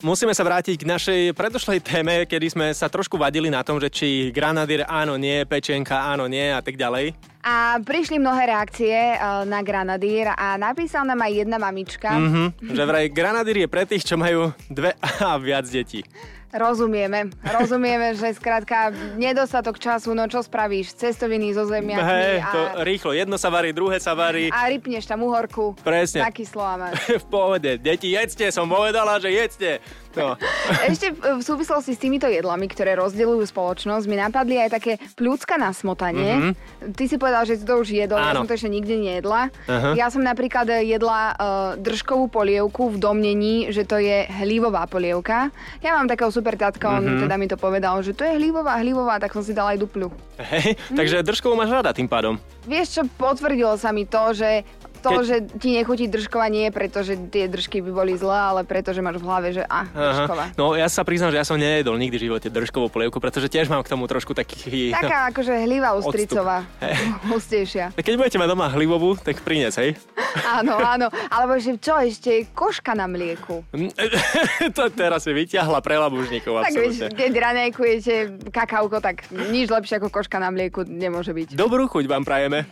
Musíme sa vrátiť k našej predošlej téme, kedy sme sa trošku vadili na tom, že či granadír áno, nie, pečenka áno, nie a tak ďalej. A prišli mnohé reakcie e, na granadír a napísal nám aj jedna mamička. Mhm, že vraj granadír je pre tých, čo majú dve a viac detí. Rozumieme, rozumieme, že skrátka nedostatok času, no čo spravíš, cestoviny zo zemia Hej, a, to rýchlo. Jedno sa varí, druhé sa varí. a rypneš tam uhorku Presne. na kyslo a máš. v pohode. Deti, jedzte, som povedala, že jedzte. No. Ešte v v súvislosti s týmito jedlami, ktoré rozdeľujú spoločnosť, mi napadli aj také pľúcka na smotanie. Mm-hmm. Ty si povedal, že si to už jedol, ja Mhm. Áno. som to ešte nikde nejedla. Aha. Ja som napríklad eh, jedla uh, držkovú polievku v domnení, že to je hlívová polievka. Ja mám takého super tátka, Mhm. on teda mi to povedal, že to je hlívová, hlívová, tak som si dala aj dupľu. Hej, takže držkovú máš rada tým pádom. Vieš čo, potvrdilo sa mi to, že to, Keď- že ti nechutí držkova nie je preto, že tie držky by boli zlé, ale preto, že máš v hlave, že "Ah, a, držkova. Aha. No ja sa priznám, že ja som nejedol nikdy v živote držkovú polievku, pretože tiež mám k tomu trošku taký... Taká akože hlivá Odstup. ústricová, Hej. hustejšia. Keď budete mať doma hlivovú, tak prinies, hej? Áno, áno. Alebo že čo ešte, koška na mlieku. Hm, to teraz si vyťahla pre labužníkov, Tak vieš, absolútne. keď ranejkujete kakauko, tak nič lepšie ako koška na mlieku nemôže byť. Dobrú chuť vám prajeme.